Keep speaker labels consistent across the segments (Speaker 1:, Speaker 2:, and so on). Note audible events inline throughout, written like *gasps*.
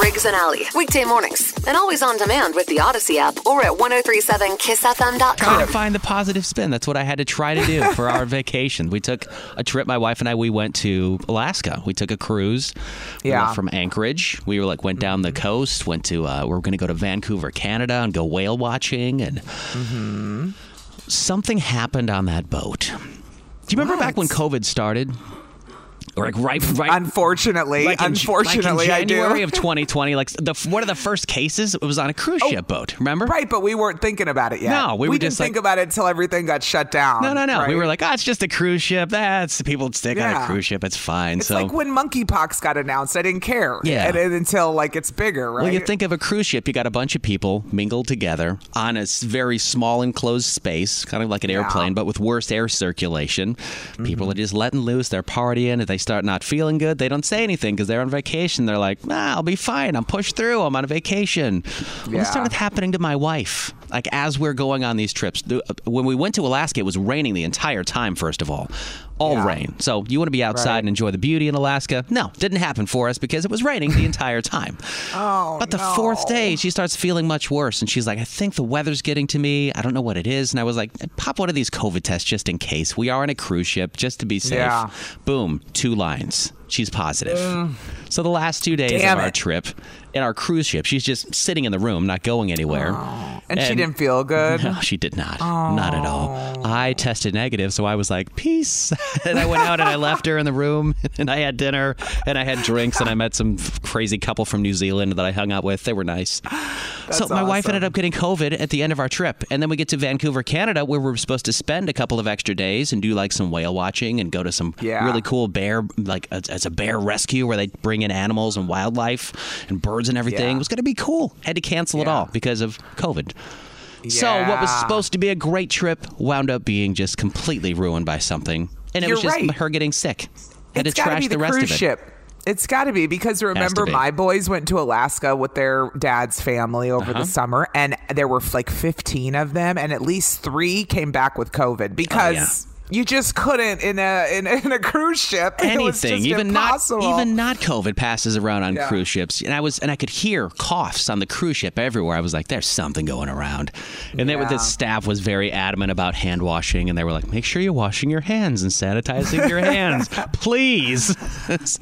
Speaker 1: Riggs and Alley, weekday mornings, and always on demand with the Odyssey app or at 1037kissfm.com.
Speaker 2: Ah.
Speaker 3: Trying to find the positive spin. That's what I had to try to do
Speaker 2: *laughs*
Speaker 3: for our vacation. We took a trip, my wife and I, we went to Alaska. We took a cruise. We
Speaker 2: Yeah. Mm-hmm.
Speaker 3: went from Anchorage. We were like, went down the coast, went to, uh, we are going to go to Vancouver, Canada and go whale watching. And
Speaker 2: Mm-hmm.
Speaker 3: something happened on that boat. Do you remember back when COVID started? Or like right, right,
Speaker 2: Unfortunately,
Speaker 3: like in-
Speaker 2: unfortunately,
Speaker 3: like in January
Speaker 2: I do.
Speaker 3: of 2020, like the one of the first cases, it was on a
Speaker 2: Oh.
Speaker 3: cruise ship boat. Remember?
Speaker 2: *laughs* Right, but we weren't thinking about it yet.
Speaker 3: No, we were
Speaker 2: didn't
Speaker 3: just
Speaker 2: think
Speaker 3: like-
Speaker 2: about it until everything got shut down.
Speaker 3: No, no, no. We
Speaker 2: right?
Speaker 3: were like, oh, it's just a cruise ship. That's people stick on a
Speaker 2: Yeah.
Speaker 3: cruise ship. It's fine.
Speaker 2: it's
Speaker 3: so.
Speaker 2: like when monkeypox got announced. I didn't care.
Speaker 3: Yeah.
Speaker 2: and, and until like it's bigger, right?
Speaker 3: Well, you think of a cruise ship, you got a bunch of people mingled together on a s- very small enclosed space, kind of like an airplane, but with worse air circulation. People
Speaker 2: Mm-hmm.
Speaker 3: are just letting loose, they're partying. If they start not feeling good, they don't say anything because they're on vacation. They're like, nah, I'll be fine. I'm pushed through. I'm on a vacation. Well, this
Speaker 2: Yeah.
Speaker 3: started happening to my wife. Like, as we're going on these trips, The- uh, when we went to Alaska, it was raining the entire time, first of all. All rain. So you want to be outside and enjoy the beauty in Alaska? No, didn't happen for us because it was raining the entire time.
Speaker 2: *laughs* Oh,
Speaker 3: But the
Speaker 2: no.
Speaker 3: fourth day, she starts feeling much worse, and she's like, "I think the weather's getting to me. I don't know what it is." And I was like, "Eh, "Pop one of these COVID tests just in case. We are on a cruise ship, just to be safe."
Speaker 2: Yeah. Mm.
Speaker 3: Boom, two lines. She's positive. So the last two days
Speaker 2: Damn
Speaker 3: of our
Speaker 2: it.
Speaker 3: trip, in our cruise ship, she's just sitting in the room, not going anywhere.
Speaker 2: and, she
Speaker 3: and-
Speaker 2: didn't feel
Speaker 3: *laughs*
Speaker 2: good.
Speaker 3: No, she did not. Not at all. I tested negative, so I was like, peace. *laughs* and I went out and I left her in the room *laughs* and I had dinner and I had drinks and I met some f- crazy couple from New Zealand that I hung out with. They were nice. so my wife ended up getting COVID at the end of our trip. And then we get to Vancouver, Canada, where we were supposed to spend a couple of extra days and do like some whale watching and go to some
Speaker 2: Yeah.
Speaker 3: really cool bear, like as, as a bear rescue where they bring in animals and wildlife and birds and everything.
Speaker 2: Yeah.
Speaker 3: It was going to be cool. Had to cancel it
Speaker 2: Yeah.
Speaker 3: all because of COVID. So what was
Speaker 2: Yeah.
Speaker 3: supposed to be a great trip wound up being just completely ruined by something, and it was
Speaker 2: You're
Speaker 3: just
Speaker 2: right.
Speaker 3: her getting sick. Had
Speaker 2: It's
Speaker 3: to
Speaker 2: gotta
Speaker 3: trash
Speaker 2: be
Speaker 3: the, rest
Speaker 2: cruise
Speaker 3: of it.
Speaker 2: ship. It's got to be because remember,
Speaker 3: be.
Speaker 2: my boys went to Alaska with their dad's family over
Speaker 3: Uh-huh.
Speaker 2: the summer, and there were like 15 of them, and at least three came back with
Speaker 3: Oh,
Speaker 2: COVID because you just couldn't in a in, a- in a cruise ship. *laughs* it was
Speaker 3: Anything,
Speaker 2: just
Speaker 3: even
Speaker 2: impossible.
Speaker 3: not even not COVID passes around on
Speaker 2: Yeah.
Speaker 3: cruise ships, and I was and I could hear coughs on the cruise ship everywhere. I was like, "There's something going around," and then with the
Speaker 2: Yeah.
Speaker 3: staff was very adamant about hand washing, and they were like, "Make sure you're washing your hands and sanitizing
Speaker 2: *laughs*
Speaker 3: your hands, please."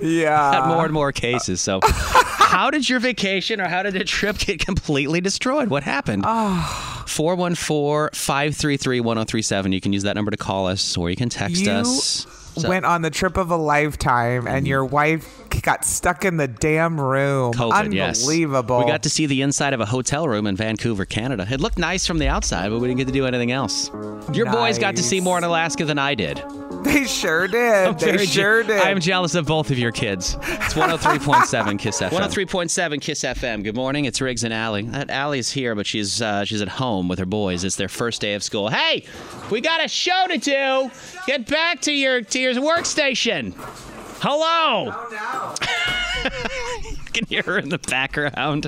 Speaker 2: yeah.
Speaker 3: had more and more cases. So, how did your vacation or how did the trip get completely destroyed? What happened?
Speaker 2: Ah.
Speaker 3: 414 533 1037. You can use that number to call us or you can text
Speaker 2: You
Speaker 3: us. So- Mm-hmm.
Speaker 2: Went on the trip of a lifetime, and your wife got stuck in the damn room.
Speaker 3: COVID, yes.
Speaker 2: Unbelievable.
Speaker 3: We got to see the inside of a hotel room in Vancouver, Canada. It looked nice from the outside, but we didn't get to do anything else. Your boys got to see
Speaker 2: Nice.
Speaker 3: more in Alaska than I did.
Speaker 2: They sure
Speaker 3: *laughs*
Speaker 2: did. they
Speaker 3: Very je-
Speaker 2: sure did.
Speaker 3: I'm jealous of both of your kids. *laughs* It's 103.7 Kiss FM. 103.7 Kiss FM. Good morning. It's Riggs and Allie. That Allie's here, but she's uh, she's at home with her boys. It's their first day of school. Hey, we got a show to do. Get back to your to your workstation. Hello. *laughs* Oh no. Can hear her in the background.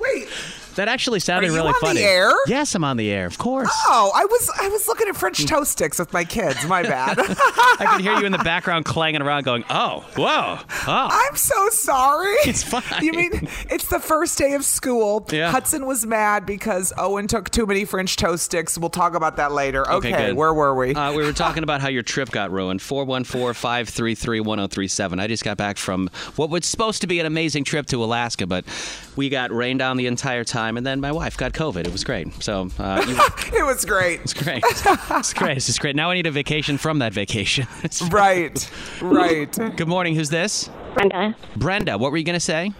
Speaker 2: Wait,
Speaker 3: That actually sounded
Speaker 2: Are you
Speaker 3: really
Speaker 2: on the
Speaker 3: funny.
Speaker 2: air?
Speaker 3: Yes, I'm on the air. Of course.
Speaker 2: Oh, I was I was looking at
Speaker 3: Hmm.
Speaker 2: French toast sticks with my kids.
Speaker 3: *laughs*
Speaker 2: My bad. *laughs*
Speaker 3: I can hear you in the background clanging around, going, "Oh, whoa, oh."
Speaker 2: I'm so sorry.
Speaker 3: It's fine.
Speaker 2: You mean it's the first day of school?
Speaker 3: Yeah.
Speaker 2: Hudson was mad because Owen took too many French toast sticks. We'll talk about that later. Okay,
Speaker 3: good.
Speaker 2: where were
Speaker 3: *laughs*
Speaker 2: we?
Speaker 3: Uh, we were talking about how your trip got ruined. 414 533 1037. I just got back from what was supposed to be an amazing trip to Alaska, but we got rained on the entire time, and then my wife got COVID. It was great. So, uh, *laughs* you,
Speaker 2: it was great.
Speaker 3: it's great. It's great. It's just great. Now I need a vacation from that vacation. *laughs* It's-
Speaker 2: Right, right.
Speaker 3: Good morning. Who's this?
Speaker 4: Brenda.
Speaker 3: Brenda. What were you going to say?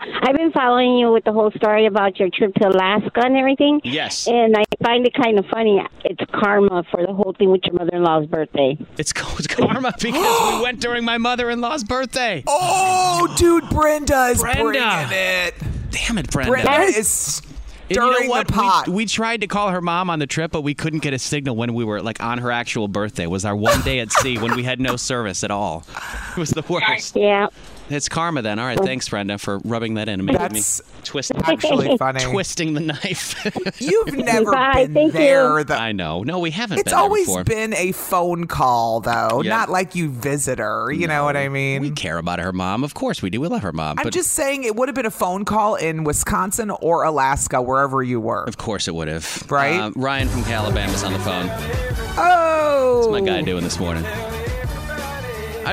Speaker 4: I've been following you with the whole story about your trip to Alaska and everything.
Speaker 3: Yes.
Speaker 4: And I find it kind of funny. *laughs* It's karma for the whole thing with your mother in law's birthday.
Speaker 3: It's, *laughs* it's karma
Speaker 4: *gasps*
Speaker 3: because we went during my mother in law's birthday.
Speaker 2: Oh, dude, Brenda is
Speaker 3: Brenda.
Speaker 2: bringing it.
Speaker 3: Damn it, Brenda.
Speaker 2: Brenda is
Speaker 3: And you know
Speaker 2: stirring
Speaker 3: what?
Speaker 2: the
Speaker 3: We-
Speaker 2: pot.
Speaker 3: We, tried to call her mom on the trip, but we couldn't get a signal when we were like on her actual birthday. It was our one day at sea when we had no service at all. It was the worst.
Speaker 4: Yeah.
Speaker 3: It's karma then. All right, thanks, Brenda, for rubbing that in and making
Speaker 2: That's
Speaker 3: me twist
Speaker 2: *laughs*
Speaker 3: *laughs*
Speaker 2: actually funny.
Speaker 3: twisting the knife. *laughs*
Speaker 4: *laughs*
Speaker 2: You've never
Speaker 4: Bye,
Speaker 2: been
Speaker 4: thank you.
Speaker 2: there. though.
Speaker 3: I know. No, we haven't.
Speaker 2: It's
Speaker 3: been there
Speaker 2: always
Speaker 3: before.
Speaker 2: been a phone call, though,
Speaker 3: Yeah.
Speaker 2: not like you visit her. You know what I mean?
Speaker 3: We care about her mom, of course we do. We love her mom.
Speaker 2: I'm
Speaker 3: but
Speaker 2: just saying it would have been a phone call in Wisconsin or Alaska, wherever you were.
Speaker 3: of course it would have.
Speaker 2: Right?
Speaker 3: Uh, Ryan from Calabama's on the phone. What's
Speaker 2: Oh,
Speaker 3: my guy doing this morning? I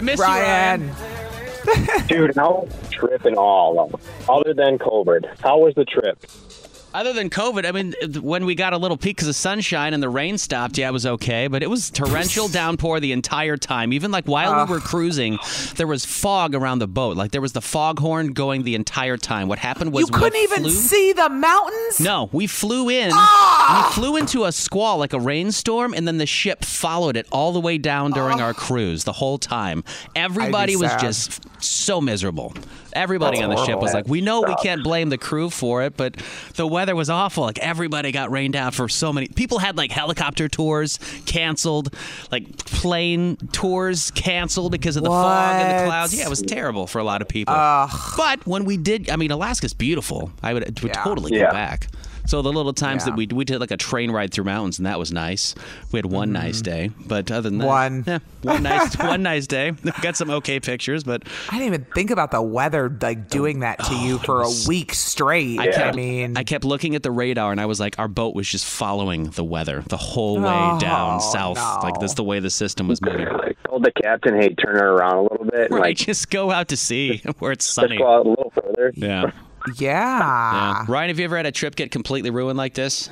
Speaker 3: miss you,
Speaker 2: Ryan.
Speaker 3: Ryan.
Speaker 5: Dude, how trip and all, other than COVID, how was the trip?
Speaker 3: Other than COVID, I mean, th- when we got a little peek 'cause of sunshine and the rain stopped, yeah, it was okay. But it
Speaker 2: *laughs*
Speaker 3: was torrential downpour the entire time. Even like while we were cruising, there was fog around the boat. Like there was the foghorn going the entire time. What happened was
Speaker 2: You
Speaker 3: we
Speaker 2: couldn't even
Speaker 3: flew-
Speaker 2: see the mountains.
Speaker 3: No, we flew in.
Speaker 2: Ah!
Speaker 3: We flew into a squall, like a rainstorm, and then the ship followed it all the way down during our cruise the whole time. Everybody was
Speaker 2: Ah. sad.
Speaker 3: just so miserable. Everybody
Speaker 2: That's
Speaker 3: on the ship was
Speaker 2: horrible.
Speaker 3: like, we know we can't blame the crew for it, but the weather was awful. Like, everybody got rained out for so many. People had like helicopter tours canceled, like plane tours canceled because of the fog and the
Speaker 2: What? Ah.
Speaker 3: clouds. Yeah, it was terrible for a lot of people. But when we did, I mean, Alaska's beautiful. I would, would
Speaker 2: Yeah.
Speaker 3: totally go
Speaker 5: Yeah.
Speaker 3: back. So the little times
Speaker 2: Yeah.
Speaker 3: that we we did like a train ride through mountains, and that was nice. We had one nice day, but other than that,
Speaker 2: Mm-hmm. One.
Speaker 3: eh,
Speaker 2: *laughs*
Speaker 3: one nice one nice day. *laughs* We got some okay pictures, but
Speaker 2: I didn't even think about the weather
Speaker 3: Oh,
Speaker 2: like doing that to you for a week straight. I,
Speaker 3: kept-
Speaker 2: mean,
Speaker 3: oh, I kept looking at the radar, and I was like, our boat was just following the weather the whole way
Speaker 2: Oh,
Speaker 3: down south. Like that's the way the system
Speaker 2: *laughs*
Speaker 3: was moving.
Speaker 5: I told the captain, hey, turn her around a little bit. and,
Speaker 3: Right,
Speaker 5: Like,
Speaker 3: just go out to sea *laughs* where it's
Speaker 5: let's
Speaker 3: sunny.
Speaker 5: go out a little further.
Speaker 3: Yeah.
Speaker 2: yeah.
Speaker 3: yeah. Ryan, have you ever had a trip get completely ruined like this?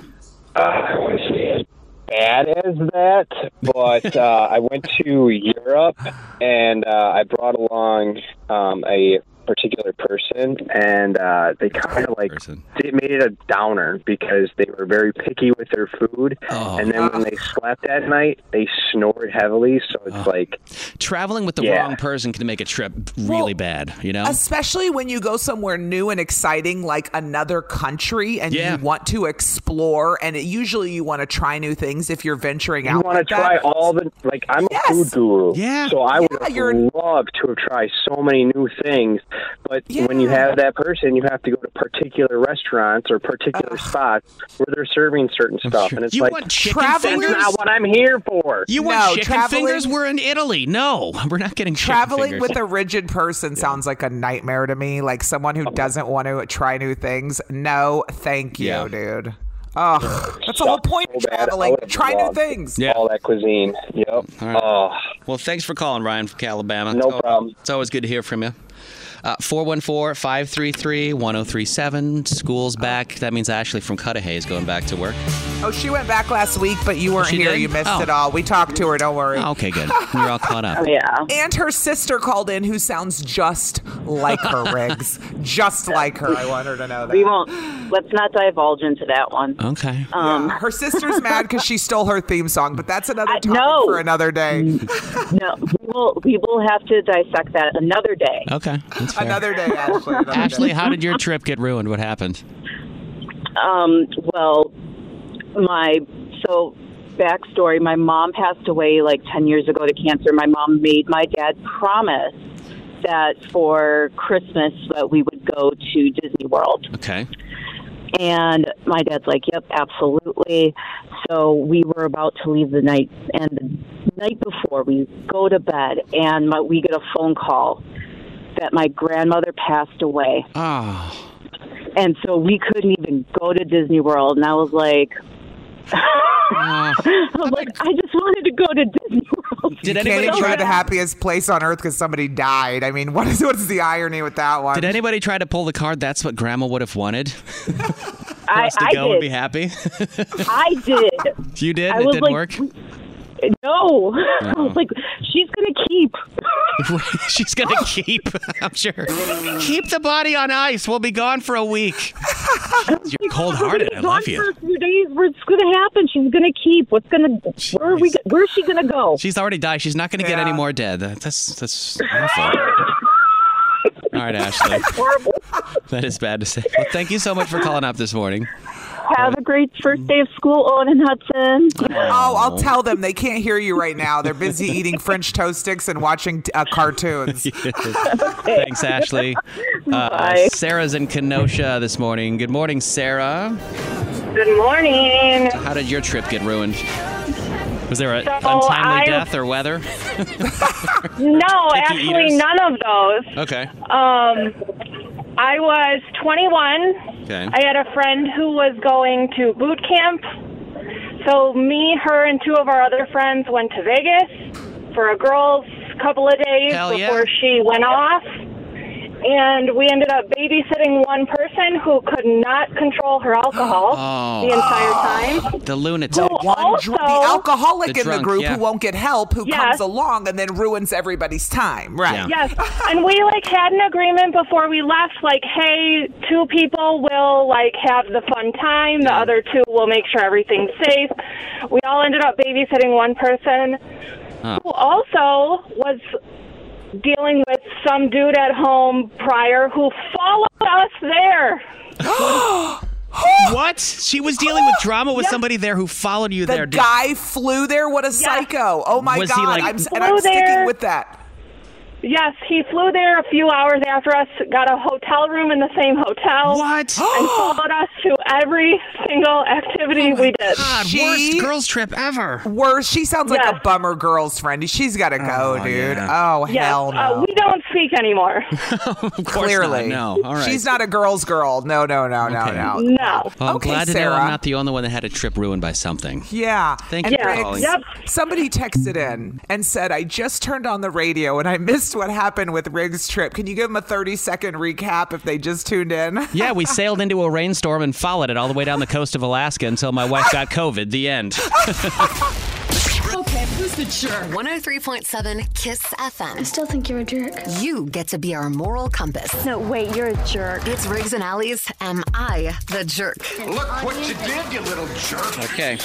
Speaker 5: Bad as that, but uh, I went to Europe and uh, I brought along um, a particular person, and uh, they kind of like
Speaker 3: Person.
Speaker 5: they made it a downer because they were very picky with their food,
Speaker 3: Oh.
Speaker 5: and then when they slept at night, they snored heavily. So
Speaker 2: Ah.
Speaker 5: it's like
Speaker 3: Traveling with the
Speaker 5: Yeah.
Speaker 3: wrong person can make a trip
Speaker 2: Well,
Speaker 3: really bad. You know,
Speaker 2: Especially when you go somewhere new and exciting, like another country, and
Speaker 3: Yeah.
Speaker 2: you want to explore, and it, usually you want to try new things if you're venturing out.
Speaker 5: you want to
Speaker 2: like that.
Speaker 5: try all the like I'm
Speaker 2: Yes.
Speaker 5: a food guru.
Speaker 3: Yeah.
Speaker 5: So I would
Speaker 2: Yeah,
Speaker 5: have
Speaker 2: you're-
Speaker 5: loved to have tried so many new things, but when you
Speaker 2: Yeah.
Speaker 5: have that person, you have to go to particular restaurants or particular
Speaker 2: Ah.
Speaker 5: spots where they're serving certain stuff, Oh, and it's
Speaker 3: you
Speaker 5: like
Speaker 3: want chicken
Speaker 2: traveling-
Speaker 3: fingers?
Speaker 5: that's not what I'm here for.
Speaker 3: You
Speaker 2: No,
Speaker 3: want chicken
Speaker 2: traveling-
Speaker 3: fingers? We're in Italy. No, *laughs* we're not getting chicken
Speaker 2: Traveling
Speaker 3: fingers.
Speaker 2: with a rigid person sounds like a nightmare to me. Like someone who doesn't want to try new things. No, thank you,
Speaker 3: Yeah.
Speaker 2: dude. Oh, that's the whole point of
Speaker 5: So bad. I
Speaker 2: traveling.
Speaker 5: would've
Speaker 2: Try new
Speaker 5: loved
Speaker 2: things. Mm.
Speaker 3: Yeah.
Speaker 5: All that cuisine. Yep. Oh,
Speaker 3: Well, thanks for calling, Ryan from Alabama.
Speaker 5: No problem.
Speaker 3: It's always good to hear from you. Uh, 414 533 1037. School's back. That means Ashley from Cudahy is going back to
Speaker 5: *laughs*
Speaker 3: work.
Speaker 2: Oh, she went back last week, but you weren't
Speaker 3: she
Speaker 2: here.
Speaker 3: did?
Speaker 2: You missed
Speaker 3: Oh.
Speaker 2: it all. We talked to her. Don't worry.
Speaker 3: Oh, okay, good. We're all caught
Speaker 5: *laughs* Oh,
Speaker 3: up.
Speaker 4: Yeah.
Speaker 2: And her sister called in, who sounds just like
Speaker 4: *laughs*
Speaker 2: her, Riggs. just like her. I want her to know that.
Speaker 4: We won't. Let's not divulge into that one.
Speaker 3: Okay.
Speaker 5: Oh.
Speaker 4: Um,
Speaker 2: her
Speaker 4: *laughs*
Speaker 2: sister's mad because she stole her theme song, but that's another
Speaker 4: I-
Speaker 2: topic
Speaker 4: no.
Speaker 2: for another day.
Speaker 4: *laughs* no, we will, we will have to dissect that another day.
Speaker 3: Okay. That's fair.
Speaker 2: Another day, Ashley. Another
Speaker 3: Ashley,
Speaker 2: day. *laughs*
Speaker 3: how did your trip get ruined? What happened?
Speaker 4: Um, well, my so backstory: my mom passed away like ten years ago to cancer. My mom made my dad promise that for Christmas that we would go to Disney World.
Speaker 3: Okay.
Speaker 4: And my dad's like, "Yep, absolutely." So we were about to leave the night, and the night before we go to bed, and my, we get a phone call that my grandmother passed away.
Speaker 3: Ah.
Speaker 4: And so we couldn't even go to Disney World, and I was like. *laughs* I was like, I just wanted to go to Disney World.
Speaker 2: Did you can't enjoy the happiest place on earth because somebody died. I mean, what is what's the irony with that one?
Speaker 3: Did anybody try to pull the card? That's what Grandma would
Speaker 4: *laughs*
Speaker 3: have wanted. For
Speaker 4: I-
Speaker 3: us to
Speaker 4: I
Speaker 3: go
Speaker 4: did.
Speaker 3: and be happy. *laughs*
Speaker 4: I did.
Speaker 3: you did.
Speaker 4: I
Speaker 3: and it
Speaker 4: was
Speaker 3: didn't
Speaker 4: like,
Speaker 3: work.
Speaker 4: No. *laughs* I
Speaker 2: Uh-huh.
Speaker 4: was like, she's going to keep. *laughs*
Speaker 3: *laughs* She's gonna keep. *laughs* I'm sure. keep the body on ice. We'll be gone for
Speaker 4: *laughs*
Speaker 3: a week. You're cold-hearted. I love you.
Speaker 4: For a few days, what's going to happen? She's going to keep. What's going to, where are we, go- where's she going to go?
Speaker 3: She's already died. She's not going to get any more dead. That- That's that's awful.
Speaker 4: *laughs*
Speaker 3: All right, Ashley.
Speaker 4: Horrible.
Speaker 3: *laughs* That is bad to say. Well, thank you so much for calling up
Speaker 4: *laughs*
Speaker 3: this morning. *laughs*
Speaker 4: Have a great first day of school, Owen and Hudson.
Speaker 2: Oh, I'll tell them they can't hear you right now. They're busy eating French toast sticks and watching uh, cartoons.
Speaker 3: Thanks, Ashley. Uh, Sarah's in Kenosha this morning. Good morning, Sarah.
Speaker 6: Good morning.
Speaker 3: How did your trip get ruined? Was there a
Speaker 6: So,
Speaker 3: untimely
Speaker 6: I-
Speaker 3: death or weather?
Speaker 6: No,
Speaker 3: Picky
Speaker 6: actually,
Speaker 3: eaters.
Speaker 6: none of those.
Speaker 3: Okay.
Speaker 6: Um, I was 21.
Speaker 3: Okay.
Speaker 6: I had a friend who was going to boot camp. So, me, her, and two of our other friends went to Vegas for a girls' couple of days
Speaker 7: Hell yeah.
Speaker 6: before she went off. And we ended up babysitting one person who could not control her alcohol
Speaker 3: Oh.
Speaker 6: the entire time.
Speaker 3: The lunatic.
Speaker 2: The one, dr- the alcoholic
Speaker 3: The
Speaker 2: in
Speaker 3: drunk,
Speaker 2: the group
Speaker 3: yeah.
Speaker 2: who won't get help, who
Speaker 6: Yes.
Speaker 2: comes along and then ruins everybody's time. Right. *laughs*
Speaker 6: Yes. And we like had an agreement before we left, like, hey, two people will like have the fun time, the other two will make sure everything's safe. We all ended up babysitting one person who also was dealing with some dude at home prior who followed us there.
Speaker 3: what? She was dealing with drama with somebody there who followed you
Speaker 2: The
Speaker 3: there. Did-
Speaker 2: guy flew there. What a psycho! Oh my
Speaker 3: Was he,
Speaker 2: god!
Speaker 3: like-
Speaker 2: I'm, s- and
Speaker 6: Flew
Speaker 2: I'm sticking
Speaker 6: there.
Speaker 2: with that.
Speaker 6: Yes, he flew there a few hours after us, got a hotel room in the same hotel.
Speaker 3: What?
Speaker 6: And followed us to every single activity we did.
Speaker 2: *gasps* She-
Speaker 3: girls trip ever.
Speaker 2: Worst. She sounds like a bummer girl's friend. She's got to go, dude. Oh
Speaker 6: Yes,
Speaker 2: hell no.
Speaker 6: uh, we don't speak
Speaker 2: *laughs*
Speaker 6: anymore.
Speaker 2: Clearly,
Speaker 3: not. No. All right.
Speaker 2: She's not a girl's girl. No, no, no, no, no.
Speaker 6: No.
Speaker 3: Well, I'm
Speaker 2: Okay,
Speaker 3: glad to know
Speaker 2: Sarah.
Speaker 3: I'm not the only one that had a trip ruined by something.
Speaker 2: Yeah.
Speaker 3: Thank
Speaker 2: And
Speaker 3: you for
Speaker 2: Riggs,
Speaker 3: calling.
Speaker 2: Somebody texted in and said, I just turned on the radio and I missed what happened with Riggs' trip. Can you give them a 30 second recap if they just tuned in?
Speaker 3: Yeah, we sailed into a rainstorm and followed it all the way down the coast of Alaska until my wife got COVID. The end.
Speaker 1: Okay, who's the jerk? 103.7 Kiss FM. I still think you're a jerk. You get to be our moral compass. No, wait, you're a jerk. It's Riggs and Allies. Am I the jerk? Look what you did, you little jerk.
Speaker 3: Okay.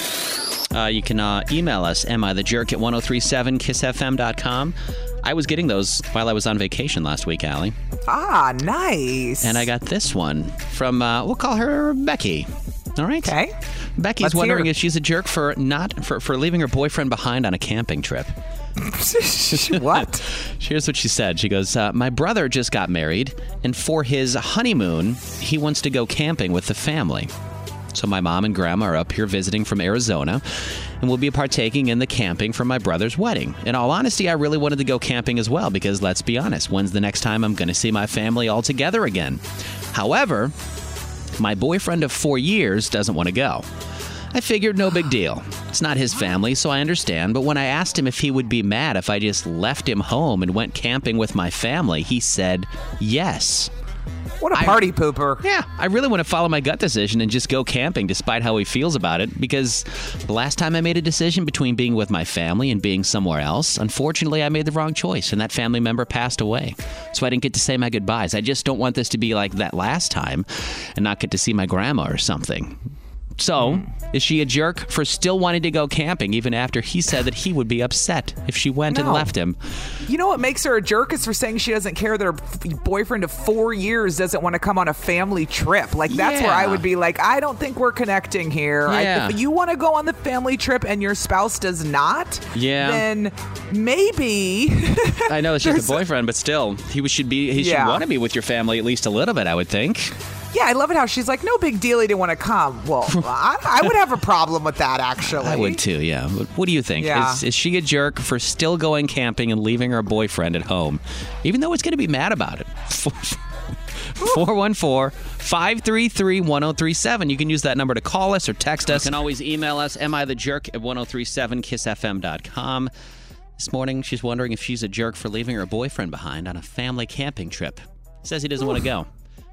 Speaker 3: Uh, you can uh, email us, am I the jerk at 1037kissfm.com. I was getting those while I was on vacation last week, Allie.
Speaker 2: Ah, nice.
Speaker 3: And I got this one from, uh, we'll call her Becky. All right.
Speaker 2: Okay.
Speaker 3: Becky's
Speaker 2: Let's
Speaker 3: wondering
Speaker 2: hear.
Speaker 3: if she's a jerk for not for, for leaving her boyfriend behind on a camping trip.
Speaker 2: *laughs* what?
Speaker 3: *laughs* Here's what she said. She goes, uh, "My brother just got married, and for his honeymoon, he wants to go camping with the family. So my mom and grandma are up here visiting from Arizona, and we'll be partaking in the camping for my brother's wedding. In all honesty, I really wanted to go camping as well because let's be honest, when's the next time I'm going to see my family all together again? However, my boyfriend of four years doesn't want to go. I figured no big deal. It's not his family, so I understand, but when I asked him if he would be mad if I just left him home and went camping with my family, he said yes.
Speaker 2: What a party pooper.
Speaker 3: Yeah, I really want to follow my gut decision and just go camping despite how he feels about it because the last time I made a decision between being with my family and being somewhere else, unfortunately, I made the wrong choice and that family member passed away. So I didn't get to say my goodbyes. I just don't want this to be like that last time and not get to see my grandma or something. So, is she a jerk for still wanting to go camping even after he said that he would be upset if she went and
Speaker 2: No.
Speaker 3: left him?
Speaker 2: You know what makes her a jerk is for saying she doesn't care that her f- boyfriend of four years doesn't want to come on a family trip. Like that's where I
Speaker 3: Yeah.
Speaker 2: would be like, I don't think we're connecting here. I-
Speaker 3: Yeah.
Speaker 2: if you want to go on the family trip and your spouse does not,
Speaker 3: Yeah.
Speaker 2: then maybe *laughs*
Speaker 3: I know it's just a boyfriend, but still, he should be. He
Speaker 2: Yeah.
Speaker 3: should want to be with your family at least a little bit. I would think.
Speaker 2: Yeah, I love it how she's like, no big deal. He didn't want to come. Well, I, I would have a problem with that actually.
Speaker 3: I would too, yeah. What- What do you think?
Speaker 2: Yeah.
Speaker 3: Is, is she a jerk for still going camping and leaving her boyfriend at home, even though it's going to be mad about it? *laughs* 414 533 1037. You can use that number to call us or text us. You can always email us, am I the jerk at 1037kissfm.com. This morning, she's wondering if she's a jerk for leaving her boyfriend behind on a family camping trip. Says he doesn't want to go.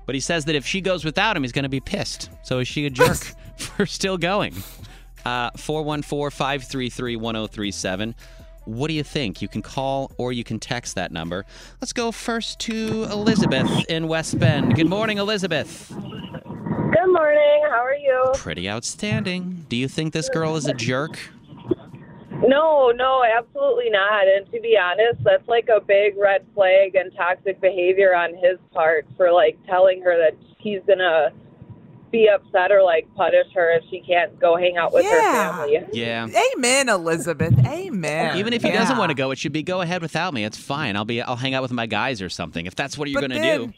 Speaker 3: But he says that if she goes without him, he's going to be pissed. So is she a *laughs* jerk for still going? 414 533 1037. What do you think? You can call or you can text that number. Let's go first to Elizabeth in West Bend. Good morning, Elizabeth.
Speaker 7: Good morning. How are you?
Speaker 3: Pretty outstanding. Do you think this girl is a jerk?
Speaker 7: No, no, absolutely not. And to be honest, that's like a big red flag and toxic behavior on his part for like telling her that he's gonna be upset or like punish her if she can't go hang out with
Speaker 2: Yeah.
Speaker 7: her family.
Speaker 3: Yeah.
Speaker 2: Amen, Elizabeth. Amen.
Speaker 3: Even if he
Speaker 2: Yeah.
Speaker 3: doesn't want to go, it should be go ahead without me. It's fine. I'll be I'll hang out with my guys or something. If that's what you're
Speaker 2: But
Speaker 3: going to
Speaker 2: then-
Speaker 3: do.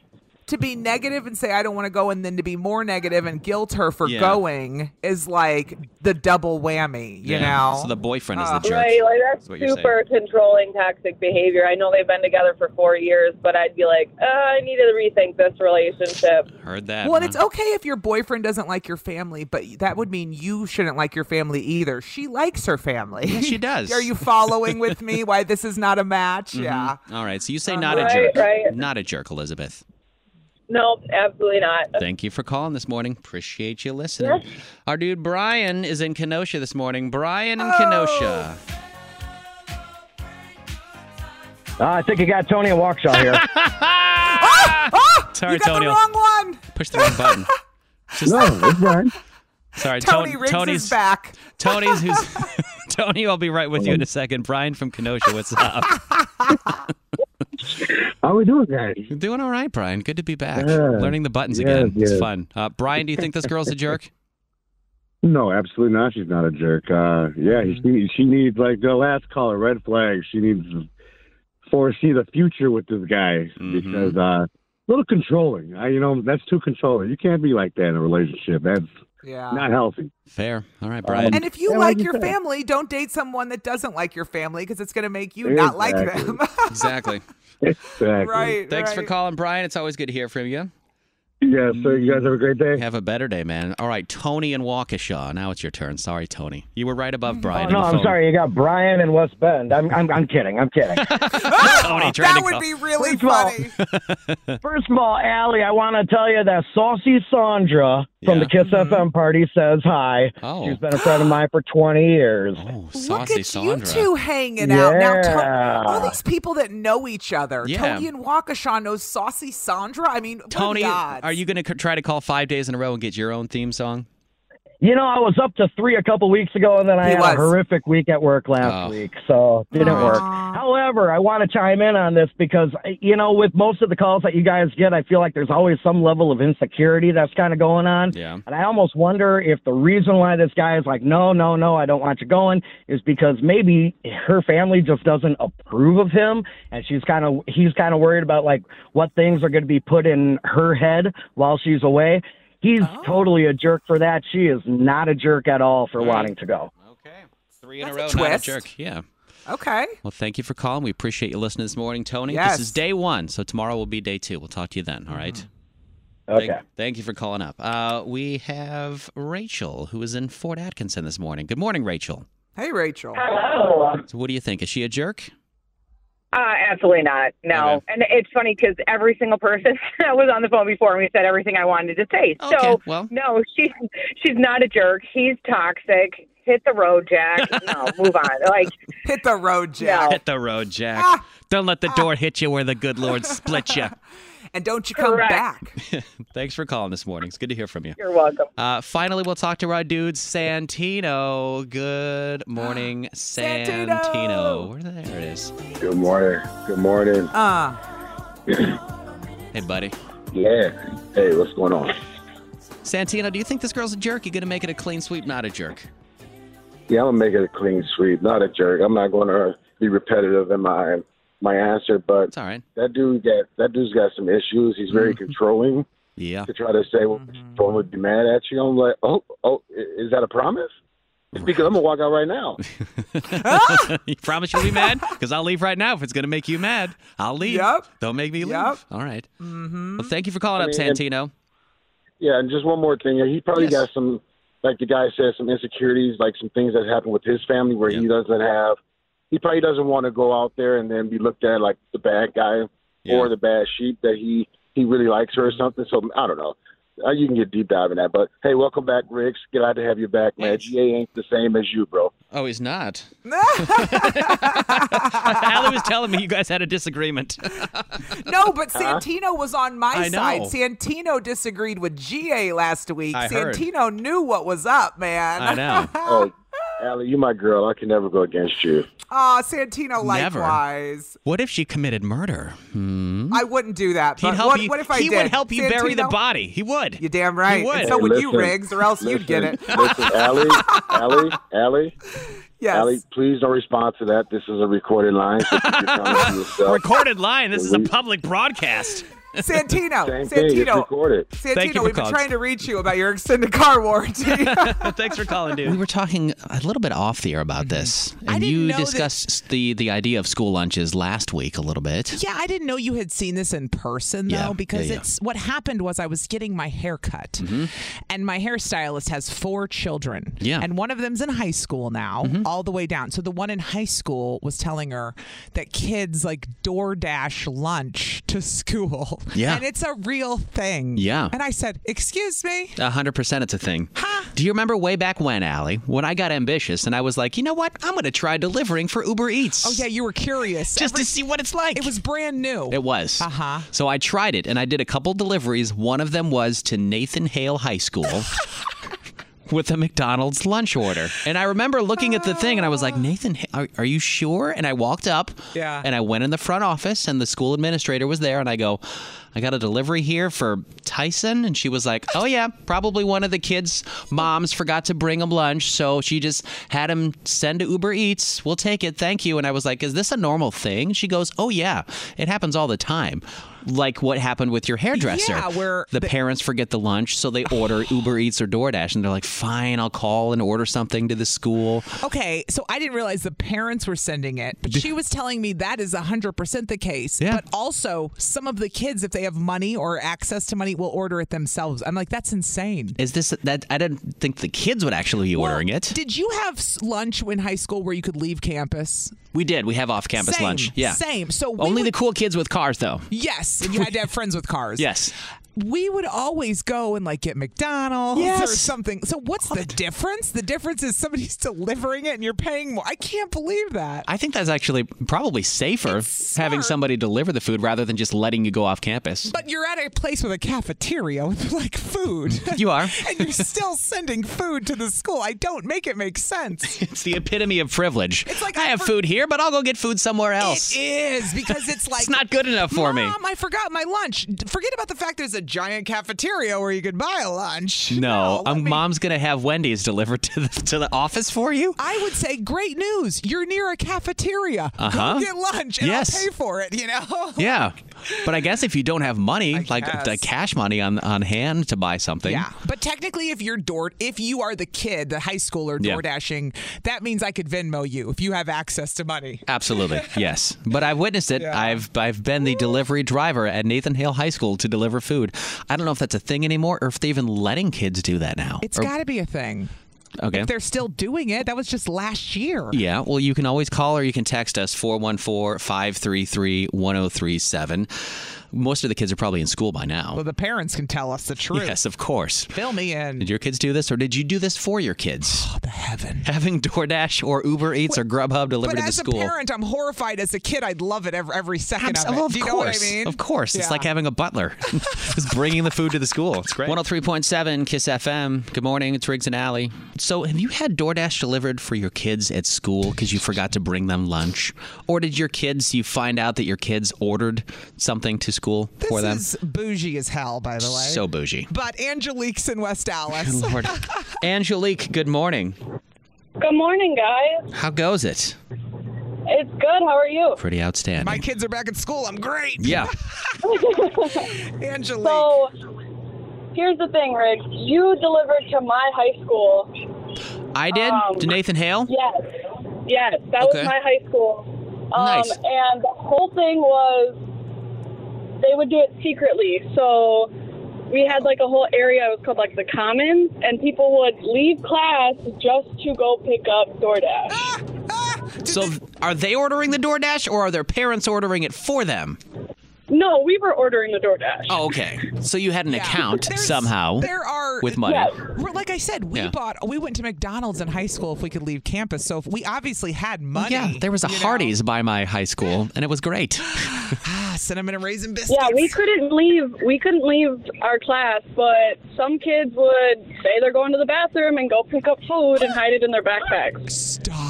Speaker 2: to be negative and say I don't want to go, and then to be more negative and guilt her for
Speaker 3: Yeah.
Speaker 2: going is like the double whammy. You
Speaker 3: Yeah.
Speaker 2: know.
Speaker 3: So the boyfriend is the
Speaker 2: Uh,
Speaker 3: jerk.
Speaker 7: Right, like that's,
Speaker 3: That's what you're saying.
Speaker 7: super controlling toxic behavior. I know they've been together for four years, but I'd be like, uh, I need to rethink this relationship.
Speaker 3: Heard that.
Speaker 2: Well, and
Speaker 3: huh?
Speaker 2: it's okay if your boyfriend doesn't like your family, but that would mean you shouldn't like your family either. She likes her family. *laughs*
Speaker 3: Yeah, she does.
Speaker 2: Are you following with me why this is not a match?
Speaker 3: Mhm.
Speaker 2: Yeah. Uh,
Speaker 3: All right. So you say not a
Speaker 7: right,
Speaker 3: jerk.
Speaker 7: right.
Speaker 3: Not a jerk, Elizabeth.
Speaker 7: Nope, absolutely not.
Speaker 3: Thank you for calling this morning. Appreciate you listening. Our dude Brian is in Kenosha this morning. Brian
Speaker 2: Oh.
Speaker 3: in Kenosha.
Speaker 8: Uh, I think you got Tony and Waukesha
Speaker 3: *laughs*
Speaker 8: here.
Speaker 3: Sorry,
Speaker 2: you got
Speaker 3: Tony.
Speaker 2: the wrong one.
Speaker 3: Push the
Speaker 2: *laughs*
Speaker 3: wrong button.
Speaker 8: no, it's fine.
Speaker 3: Sorry,
Speaker 2: Tony
Speaker 3: Ton-
Speaker 2: Riggs
Speaker 3: Tony's
Speaker 2: is back. *laughs*
Speaker 3: Tony's who's *laughs* Tony. I'll be right with you in a second. Brian from Kenosha, what's
Speaker 2: *laughs*
Speaker 3: up?
Speaker 8: How we doing, guys?
Speaker 3: Doing all right, Brian. Good to be back.
Speaker 8: Yeah.
Speaker 3: Learning the buttons
Speaker 8: Yeah,
Speaker 3: again. It's
Speaker 8: yeah.
Speaker 3: fun. Uh, Brian, do you think this girl's
Speaker 2: *laughs*
Speaker 3: a jerk?
Speaker 8: No, absolutely not. She's not a jerk. Uh, yeah, she she needs like the last caller, red flag. She needs to foresee the future with this guy because uh, a little controlling. I, you know, that's too controlling. You can't be like that in a relationship. That's
Speaker 2: Yeah.
Speaker 8: not healthy.
Speaker 3: Fair. All right,
Speaker 2: *laughs*
Speaker 3: Brian.
Speaker 2: And if you like your family, don't date someone that doesn't like your family because it's going to make you not like
Speaker 3: Exactly.
Speaker 2: them. *laughs*
Speaker 3: exactly.
Speaker 8: Exactly.
Speaker 2: Right,
Speaker 3: Thanks for
Speaker 2: right.
Speaker 3: calling, Brian. It's always good to hear from you.
Speaker 8: Yeah. So you guys have a great day.
Speaker 3: Have a better day, man. All right, Tony and Waukesha. Now it's your turn. Sorry, Tony. You were right above
Speaker 8: Oh,
Speaker 3: Brian. on
Speaker 8: no,
Speaker 3: the
Speaker 8: I'm
Speaker 3: phone.
Speaker 8: sorry. You got Brian in West Bend. I'm I'm, I'm kidding.
Speaker 2: *laughs*
Speaker 8: I'm kidding.
Speaker 3: Tony tried
Speaker 2: that
Speaker 3: to
Speaker 2: would
Speaker 3: call.
Speaker 2: be really
Speaker 8: First of all-
Speaker 2: funny.
Speaker 8: First of all, Allie, I want to tell you that Saucy Sandra from the Kiss
Speaker 2: Mm-hmm.
Speaker 8: FM party says hi.
Speaker 3: Oh.
Speaker 8: She's been a friend of mine for 20 years.
Speaker 3: Oh,
Speaker 2: Look
Speaker 3: saucy
Speaker 2: at
Speaker 3: Sandra.
Speaker 2: you two hanging out now.
Speaker 8: Yeah.
Speaker 2: To- all these people that know each other.
Speaker 3: Yeah.
Speaker 2: Tony and Waukesha knows Saucy Sandra. I mean,
Speaker 3: Tony,
Speaker 2: what are the odds?
Speaker 3: are you going to c- try to call five days in a row and get your own theme song?
Speaker 8: You know, I was up to three a couple weeks ago, and then I
Speaker 2: He
Speaker 8: had
Speaker 2: was.
Speaker 8: a horrific week at work last
Speaker 3: Oh.
Speaker 8: week, so didn't
Speaker 2: Aw.
Speaker 8: work. However, I want to chime in on this because, you know, with most of the calls that you guys get, I feel like there's always some level of insecurity that's kind of going on.
Speaker 3: Yeah.
Speaker 8: And I almost wonder if the reason why this guy is like, no, no, no, I don't want you going, is because maybe her family just doesn't approve of him, and she's kind of he's kind of worried about like what things are going to be put in her head while she's away. He's
Speaker 3: Oh.
Speaker 8: totally a jerk for that. She is not a jerk at all for
Speaker 3: All right.
Speaker 8: wanting to go.
Speaker 3: Three in
Speaker 2: That's
Speaker 3: a row,
Speaker 2: a
Speaker 3: not a
Speaker 2: twist.
Speaker 3: jerk. Yeah.
Speaker 2: okay.
Speaker 3: Well, thank you for calling. We appreciate you listening this morning, Tony.
Speaker 2: Yes. Mm-hmm.
Speaker 3: This is day one, so tomorrow will be day two. We'll talk to you then. All right?
Speaker 8: Okay.
Speaker 3: Thank, thank you for calling up. Uh, we have Rachel, who is in Fort Atkinson this morning. Good morning, Rachel.
Speaker 2: Hey, Rachel.
Speaker 9: Hello.
Speaker 3: So, what do you think? Is she a jerk?
Speaker 9: Uh, absolutely not. No.
Speaker 3: Okay.
Speaker 9: And it's funny because every single person *laughs* that was on the phone before me said everything I wanted to say.
Speaker 3: Okay,
Speaker 9: so
Speaker 3: well.
Speaker 9: no, she's she's not a jerk. He's toxic. Hit the road,
Speaker 3: *laughs*
Speaker 9: Jack. no, move on. Like
Speaker 2: Hit the road, Jack.
Speaker 3: Hit the road, Jack.
Speaker 10: Ah.
Speaker 3: Don't let the door hit you where the good Lord split you.
Speaker 2: And don't you come
Speaker 9: Correct.
Speaker 2: back.
Speaker 3: *laughs* Thanks for calling this morning. It's good to hear from you.
Speaker 9: you're welcome.
Speaker 3: Uh, finally, we'll talk to our dude Santino.
Speaker 10: *gasps*
Speaker 3: Good morning, Santino.
Speaker 2: Santino.
Speaker 3: Where there it is.
Speaker 11: Good morning. Good morning.
Speaker 2: Uh,
Speaker 3: Hey, buddy.
Speaker 11: Yeah. Hey, what's going on?
Speaker 3: Santino, do you think this girl's a jerk? You gonna make it a clean sweep, not a jerk?
Speaker 11: Yeah, I'm gonna make it a clean sweep, Uh, not a jerk. I'm not gonna be repetitive in my my answer, but
Speaker 3: all right. Mm-hmm.
Speaker 11: that dude got that dude's got some issues. He's very controlling.
Speaker 10: *laughs*
Speaker 3: Yeah.
Speaker 11: to try to say, well,
Speaker 3: Mm-hmm.
Speaker 11: someone would be mad at you. I'm like, oh, oh, i- is that a promise? It's because I'm gonna walk out
Speaker 3: *laughs*
Speaker 11: right now.
Speaker 10: Ah!
Speaker 3: you promise you'll be mad? Because I'll leave right now if it's going to make you mad. I'll leave.
Speaker 10: Yep.
Speaker 3: Don't make me leave.
Speaker 10: Yep. Mm-hmm.
Speaker 3: All right. Well, thank you for calling
Speaker 11: I
Speaker 3: up,
Speaker 11: mean, and-
Speaker 3: Santino.
Speaker 11: Yeah, and just one more thing. He probably
Speaker 3: Yes.
Speaker 11: got some, like the guy said, some insecurities, like some things that happened with his family where he doesn't have. He probably doesn't want to go out there and then be looked at like the bad guy or the bad sheep that he he really likes her or something. So I don't know. Uh, you can get deep dive in that, but hey, welcome back, Riggs. Glad to have you back, man. GA ain't the same as you, bro.
Speaker 3: Oh, he's *laughs* not. Allie was telling me you guys had a disagreement.
Speaker 10: *laughs* No, but
Speaker 3: Huh?
Speaker 10: Santino was on my
Speaker 3: I
Speaker 10: side.
Speaker 3: know.
Speaker 10: Santino disagreed with GA last week.
Speaker 11: I heard.
Speaker 10: Santino knew what was up, man. *laughs*
Speaker 11: oh, Allie, you my girl. I can never go against you.
Speaker 10: Aw, Santino
Speaker 3: Never.
Speaker 10: likewise.
Speaker 3: What if she committed murder? Hmm.
Speaker 10: I wouldn't do that.
Speaker 3: He'd
Speaker 10: But
Speaker 3: help
Speaker 10: what,
Speaker 3: you-
Speaker 10: what if I
Speaker 3: he
Speaker 10: did?
Speaker 3: would help you bury the
Speaker 10: Santino?
Speaker 3: body. He would.
Speaker 10: You're damn right.
Speaker 3: He would.
Speaker 10: And so would you, Riggs, or else you'd get it.
Speaker 11: listen,
Speaker 10: *laughs*
Speaker 11: Allie, Allie, Allie.
Speaker 10: Yes.
Speaker 11: Allie, please don't respond to that. This is a recorded line. So keep your comments to yourself.
Speaker 3: Recorded line. This is a
Speaker 11: We-
Speaker 3: public broadcast.
Speaker 10: Santino,
Speaker 11: Same thing. It's
Speaker 10: Santino,
Speaker 11: recorded.
Speaker 3: Thank you
Speaker 10: Santino,
Speaker 3: for
Speaker 10: we've been
Speaker 3: calling.
Speaker 10: trying to reach you about your extended car warranty.
Speaker 3: *laughs*
Speaker 10: *laughs*
Speaker 3: Thanks for calling, dude. We were talking a little bit off the air about this, and you
Speaker 10: Mm-hmm. know that-
Speaker 3: discussed the the idea of school lunches last week a little bit.
Speaker 2: Yeah, I didn't know you had seen this in person though,
Speaker 3: Yeah, yeah,
Speaker 2: because
Speaker 3: yeah. Mm-hmm.
Speaker 2: it's what happened was I was getting my hair cut, and my hairstylist has four children.
Speaker 3: Yeah. Mm-hmm.
Speaker 2: and one of them's in high school now, all the way down. So the one in high school was telling her that kids like DoorDash lunch to school.
Speaker 3: Yeah.
Speaker 2: and it's a real thing.
Speaker 3: Yeah.
Speaker 2: and I said, "Excuse me."
Speaker 3: A hundred percent, it's a thing. Do you remember way back when, Allie, when I got ambitious and I was like, you know what? I'm going to try delivering for Uber Eats.
Speaker 2: Oh yeah, you were curious just
Speaker 3: to see what it's like.
Speaker 2: It was brand new.
Speaker 3: It was. Uh huh. So I tried it and I did a couple deliveries. One of them was to Nathan Hale High School. With a McDonald's lunch order. And I remember looking at the thing and I was like, Nathan, Ha- are, are you sure? And I walked up
Speaker 2: Yeah.
Speaker 3: and I went in the front office and the school administrator was there and I go, I got a delivery here for Tyson. And she was like, oh, yeah, probably one of the kids' moms forgot to bring him lunch. So she just had him send to Uber Eats. We'll take it. Thank you. And I was like, is this a normal thing? She goes, oh, yeah, it happens all the time. Like what happened with your hairdresser.
Speaker 2: Yeah, where
Speaker 3: the parents forget the lunch, so they order Uber Eats or DoorDash, and they're like, "Fine, I'll call and order something to the school."
Speaker 2: Okay, so I didn't realize the parents were sending it, but she was telling me that is 100% the case. But also, some of the kids, if they have money or access to money, will order it themselves. I'm like, that's insane.
Speaker 3: Is this that? I didn't think the kids would actually be ordering it.
Speaker 2: Did you have s- lunch in high school where you could leave campus?
Speaker 3: We did. We have off-campus
Speaker 2: Same,
Speaker 3: lunch. Yeah.
Speaker 2: same. So we
Speaker 3: only the cool kids with cars, though.
Speaker 2: *laughs* Yes, and you had to have friends with cars.
Speaker 3: Yes.
Speaker 2: We would always go and like get McDonald's or
Speaker 3: Yes.
Speaker 2: something. So what's the difference? The difference is somebody's *laughs* delivering it and you're paying more. I can't believe that.
Speaker 3: I think that's actually probably safer having somebody deliver the food rather than just letting you go off campus.
Speaker 2: But you're at a place with a cafeteria with like food.
Speaker 3: *laughs* You are.
Speaker 2: and you're still sending food to the school. I don't make it make sense.
Speaker 3: *laughs* it's the epitome of privilege. It's like I have food here, but I'll go get food somewhere else.
Speaker 2: It is because
Speaker 3: *laughs*
Speaker 2: it's like
Speaker 3: it's not good enough for me.
Speaker 2: Mom, I forgot my lunch. D- Forget about the fact there's a giant cafeteria where you could buy a lunch.
Speaker 3: No, um, mom's gonna have Wendy's delivered to the to the office for you.
Speaker 2: I would say great news. You're near a cafeteria.
Speaker 3: Uh-huh.
Speaker 2: Go get lunch and
Speaker 3: Yes.
Speaker 2: I'll pay for it, you know?
Speaker 3: *laughs* Yeah, but I guess if you don't have money, like
Speaker 2: guess.
Speaker 3: the cash money on on hand to buy something,
Speaker 2: Yeah, but technically, if you're door, if you are the kid, the high schooler
Speaker 3: Yeah.
Speaker 2: door dashing, that means I could Venmo you if you have access to money.
Speaker 3: absolutely, yes. But I've witnessed it. I've I've been the delivery driver at Nathan Hale High School to deliver food. I don't know if that's a thing anymore, or if they're even letting kids do that now.
Speaker 2: It's
Speaker 3: Or-
Speaker 2: got to be a thing.
Speaker 3: okay.
Speaker 2: If they're still doing it, that was just last year.
Speaker 3: Yeah, well, you can always call or you can text us 414 533 1037. Most of the kids are probably in school by now.
Speaker 2: Well, the parents can tell us the truth.
Speaker 3: Yes, of course.
Speaker 2: Fill me in.
Speaker 3: Did your kids do this, or did you do this for your kids?
Speaker 2: *sighs*
Speaker 3: Oh, the heaven. Having DoorDash or Uber Eats or Grubhub delivered
Speaker 2: But
Speaker 3: to the
Speaker 2: as a
Speaker 3: school.
Speaker 2: parent, I'm horrified. As a kid, I'd love it every, every second
Speaker 3: Abs-
Speaker 2: of it.
Speaker 3: well, of
Speaker 2: Do you
Speaker 3: course,
Speaker 2: know what I mean?
Speaker 3: of course, it's
Speaker 2: Yeah.
Speaker 3: like having a butler, *laughs* just bringing the food to the school. It's great. One hundred three point seven Kiss FM. Good morning, it's Riggs and Alley. So, have you had DoorDash delivered for your kids at school because you forgot to bring them lunch, or did your kids you find out that your kids ordered something to school for them?
Speaker 2: This is bougie as hell, by the way.
Speaker 3: So bougie. *laughs*
Speaker 2: But Angelique's in West Dallas.
Speaker 3: Good Lord, Angelique. Good morning.
Speaker 2: Good morning, guys.
Speaker 3: How goes it?
Speaker 2: It's good. How are you?
Speaker 3: Pretty outstanding.
Speaker 2: My kids are back at school. I'm great.
Speaker 3: Yeah.
Speaker 2: Angelique.
Speaker 12: So,
Speaker 13: here's the thing, Rick. You delivered to my high school.
Speaker 3: I did. to Nathan Hale.
Speaker 13: Um, Yes. Yes, that
Speaker 3: Okay.
Speaker 13: was my high school. Um,
Speaker 3: Nice.
Speaker 13: And the whole thing was they would do it secretly. So we had like a whole area, it was called like the Commons, and people would leave class just to go pick up
Speaker 2: Ah,
Speaker 13: DoorDash.
Speaker 3: So are they ordering the DoorDash or are their parents ordering it for them?
Speaker 13: *laughs* No, we were ordering the DoorDash.
Speaker 3: Oh, okay. So you had an account somehow
Speaker 2: There are
Speaker 3: with money.
Speaker 2: We're- Like I said, we
Speaker 3: Yeah.
Speaker 2: bought. We went to McDonald's in high school if we could leave campus. So if we obviously had
Speaker 3: Well,
Speaker 2: money.
Speaker 3: yeah, there was a Hardee's by my
Speaker 2: *gasps*
Speaker 3: high school, and it was great.
Speaker 2: Ah, *laughs* cinnamon and raisin biscuits.
Speaker 13: Yeah, we couldn't leave. We couldn't leave our class, but some kids would say they're going to the bathroom and go pick up food and hide it in their backpacks.
Speaker 2: Stop.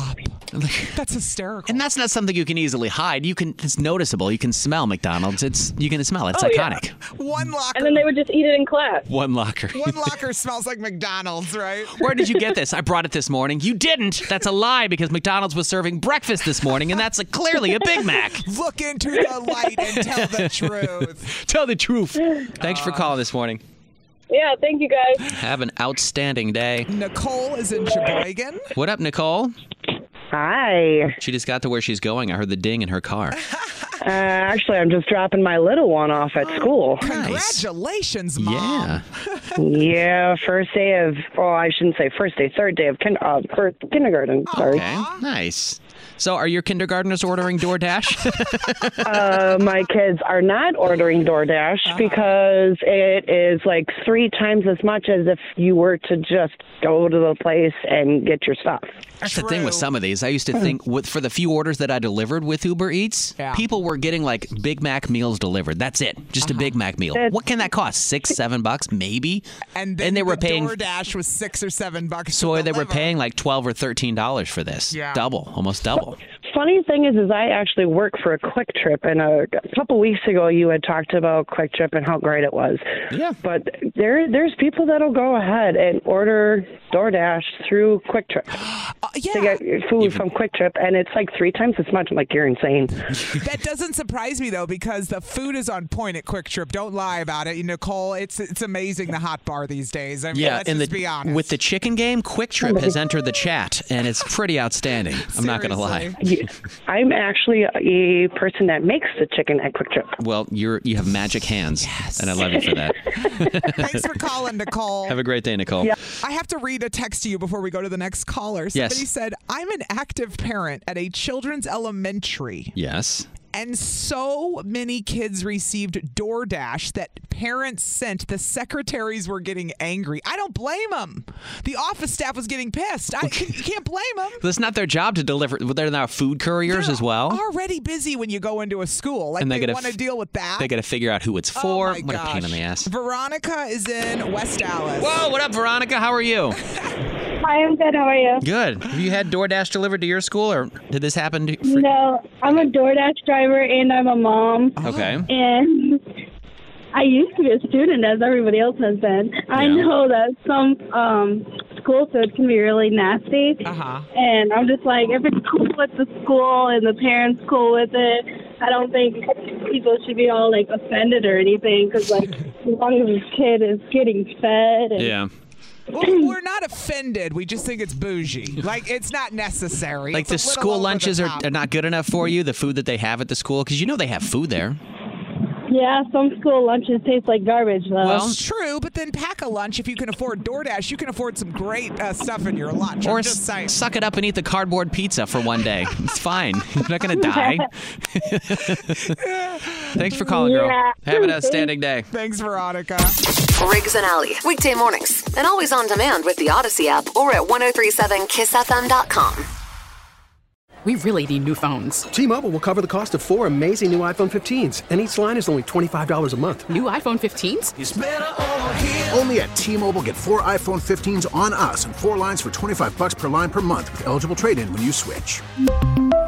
Speaker 2: That's hysterical.
Speaker 3: And *gasps* that's not something you can easily hide. You can it's noticeable. You can smell McDonald's. It's you can smell it. It's
Speaker 2: Oh, yeah.
Speaker 3: iconic.
Speaker 2: One locker.
Speaker 13: And then they would just eat it in class.
Speaker 3: One locker.
Speaker 2: One locker *laughs* smells like McDonald's, right?
Speaker 3: Where did you get this? I brought it this morning. You didn't. That's a lie because McDonald's was serving breakfast this morning, and that's a, clearly a
Speaker 2: *laughs*
Speaker 3: Big Mac.
Speaker 2: Look into the light and tell
Speaker 3: *laughs*
Speaker 2: the truth.
Speaker 3: Tell the truth. Thanks for calling this morning.
Speaker 13: Yeah, thank you guys.
Speaker 3: Have an outstanding day.
Speaker 2: Nicole is in Sheboygan.
Speaker 3: What up, Nicole?
Speaker 14: Hi.
Speaker 3: She just got to where she's going. I heard the ding in her car.
Speaker 14: Uh, actually, I'm just dropping my little one off at
Speaker 13: Oh.
Speaker 14: school.
Speaker 2: Congratulations,
Speaker 3: Yeah.
Speaker 14: yeah, first day of, well, I shouldn't say first day, third day of kin- uh, first kindergarten.
Speaker 2: Oh.
Speaker 14: Sorry.
Speaker 3: Okay. Nice. So, are your kindergartners ordering DoorDash?
Speaker 14: uh, my kids are not ordering DoorDash because it is like three times as much as if you were to just go to the place and get your stuff.
Speaker 3: That's the thing with some of these. I used to think with for the few orders that I delivered with Uber Eats, people were getting like Big Mac meals delivered. That's it, just a Big Mac meal. what can that cost? Six, seven bucks, maybe.
Speaker 2: And
Speaker 3: then they were paying.
Speaker 2: DoorDash was six or seven bucks.
Speaker 3: so they were paying like twelve or thirteen dollars for this.
Speaker 14: Yeah.
Speaker 3: Double, almost double.
Speaker 14: Funny thing is, is I actually work for a Quick Trip, and a, a couple weeks ago you had talked about Quick Trip and how great it was.
Speaker 3: Yeah.
Speaker 14: But there, there's people that'll go ahead and order DoorDash through Quick Trip.
Speaker 2: yeah.
Speaker 14: They get food from Quick Trip, and it's like three times as much. I'm like, you're insane.
Speaker 2: That doesn't surprise me though, because the food is on point at Quick Trip. Don't lie about it, Nicole. It's it's amazing the hot bar these days. I mean,
Speaker 3: yeah,
Speaker 2: let's
Speaker 3: and
Speaker 2: just
Speaker 3: the,
Speaker 2: be honest.
Speaker 3: with the chicken game, Quick Trip has entered the chat, and it's pretty outstanding. I'm not going to lie.
Speaker 14: You- I'm actually a person that makes the chicken at Quick Trip.
Speaker 3: Well, you're you have magic hands, and I love you for that.
Speaker 2: *laughs* Thanks for calling, Nicole.
Speaker 3: Have a great day, Nicole.
Speaker 2: I have to read a text to you before we go to the next caller.
Speaker 3: Yes.
Speaker 2: Somebody said, I'm an active parent at a children's elementary.
Speaker 3: Yes.
Speaker 2: And so many kids received DoorDash that parents sent. The secretaries were getting angry. I don't blame them. The office staff was getting pissed. I you can't blame them.
Speaker 3: It's not their job to deliver. They're now food couriers *laughs* as well.
Speaker 2: Already busy when you go into a school. Like
Speaker 3: And they
Speaker 2: they,
Speaker 3: gotta
Speaker 2: want to
Speaker 3: f-
Speaker 2: deal with that.
Speaker 3: They got to figure out who it's
Speaker 2: Oh
Speaker 3: for. what a pain in the ass.
Speaker 2: Veronica is in West Dallas.
Speaker 3: Whoa, what up, Veronica? How are you?
Speaker 15: Hi, I'm good. How are you?
Speaker 3: Good. Have you had DoorDash delivered to your school, or did this happen? To, for,
Speaker 15: No, I'm a DoorDash driver and I'm a mom.
Speaker 3: Okay.
Speaker 15: And I used to be a student, as everybody else has been. I
Speaker 3: Yeah.
Speaker 15: know that some um, school food can be really nasty.
Speaker 2: Uh-huh.
Speaker 15: And I'm just like, if it's cool with the school and the parents cool with it, I don't think people should be all like offended or anything because like as long as this kid is getting fed and
Speaker 3: Yeah.
Speaker 2: Well, we're not offended. We just think it's bougie. Like it's not necessary.
Speaker 3: Like the
Speaker 2: It's a little
Speaker 3: school
Speaker 2: over the
Speaker 3: lunches are,
Speaker 2: top.
Speaker 3: are not good enough for you. The food that they have at the school, because you know they have food there.
Speaker 15: yeah, some school lunches taste like garbage though.
Speaker 2: Well, it's true, but then pack a lunch if you can afford DoorDash. You can afford some great uh, stuff in your lunch.
Speaker 3: Or
Speaker 2: I'm just saying.
Speaker 3: s- suck it up and eat the cardboard pizza for
Speaker 2: *laughs*
Speaker 3: one day. It's fine. You're not gonna die. Thanks for calling, girl.
Speaker 1: Yeah.
Speaker 2: *laughs*
Speaker 3: Have an outstanding day.
Speaker 2: Thanks, Veronica.
Speaker 1: Riggs and Alley, weekday mornings, and always on demand with the Odyssey app or at 1037kissfm.com.
Speaker 16: We really need new phones. T-Mobile will cover the cost of four amazing new iPhone 15s, and each line is only $25 a month.
Speaker 17: New iPhone 15s?
Speaker 18: Only at T-Mobile, get four iPhone 15s on us and four lines for 25 bucks per line per month with eligible trade-in when you switch.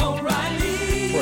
Speaker 19: O'Reilly.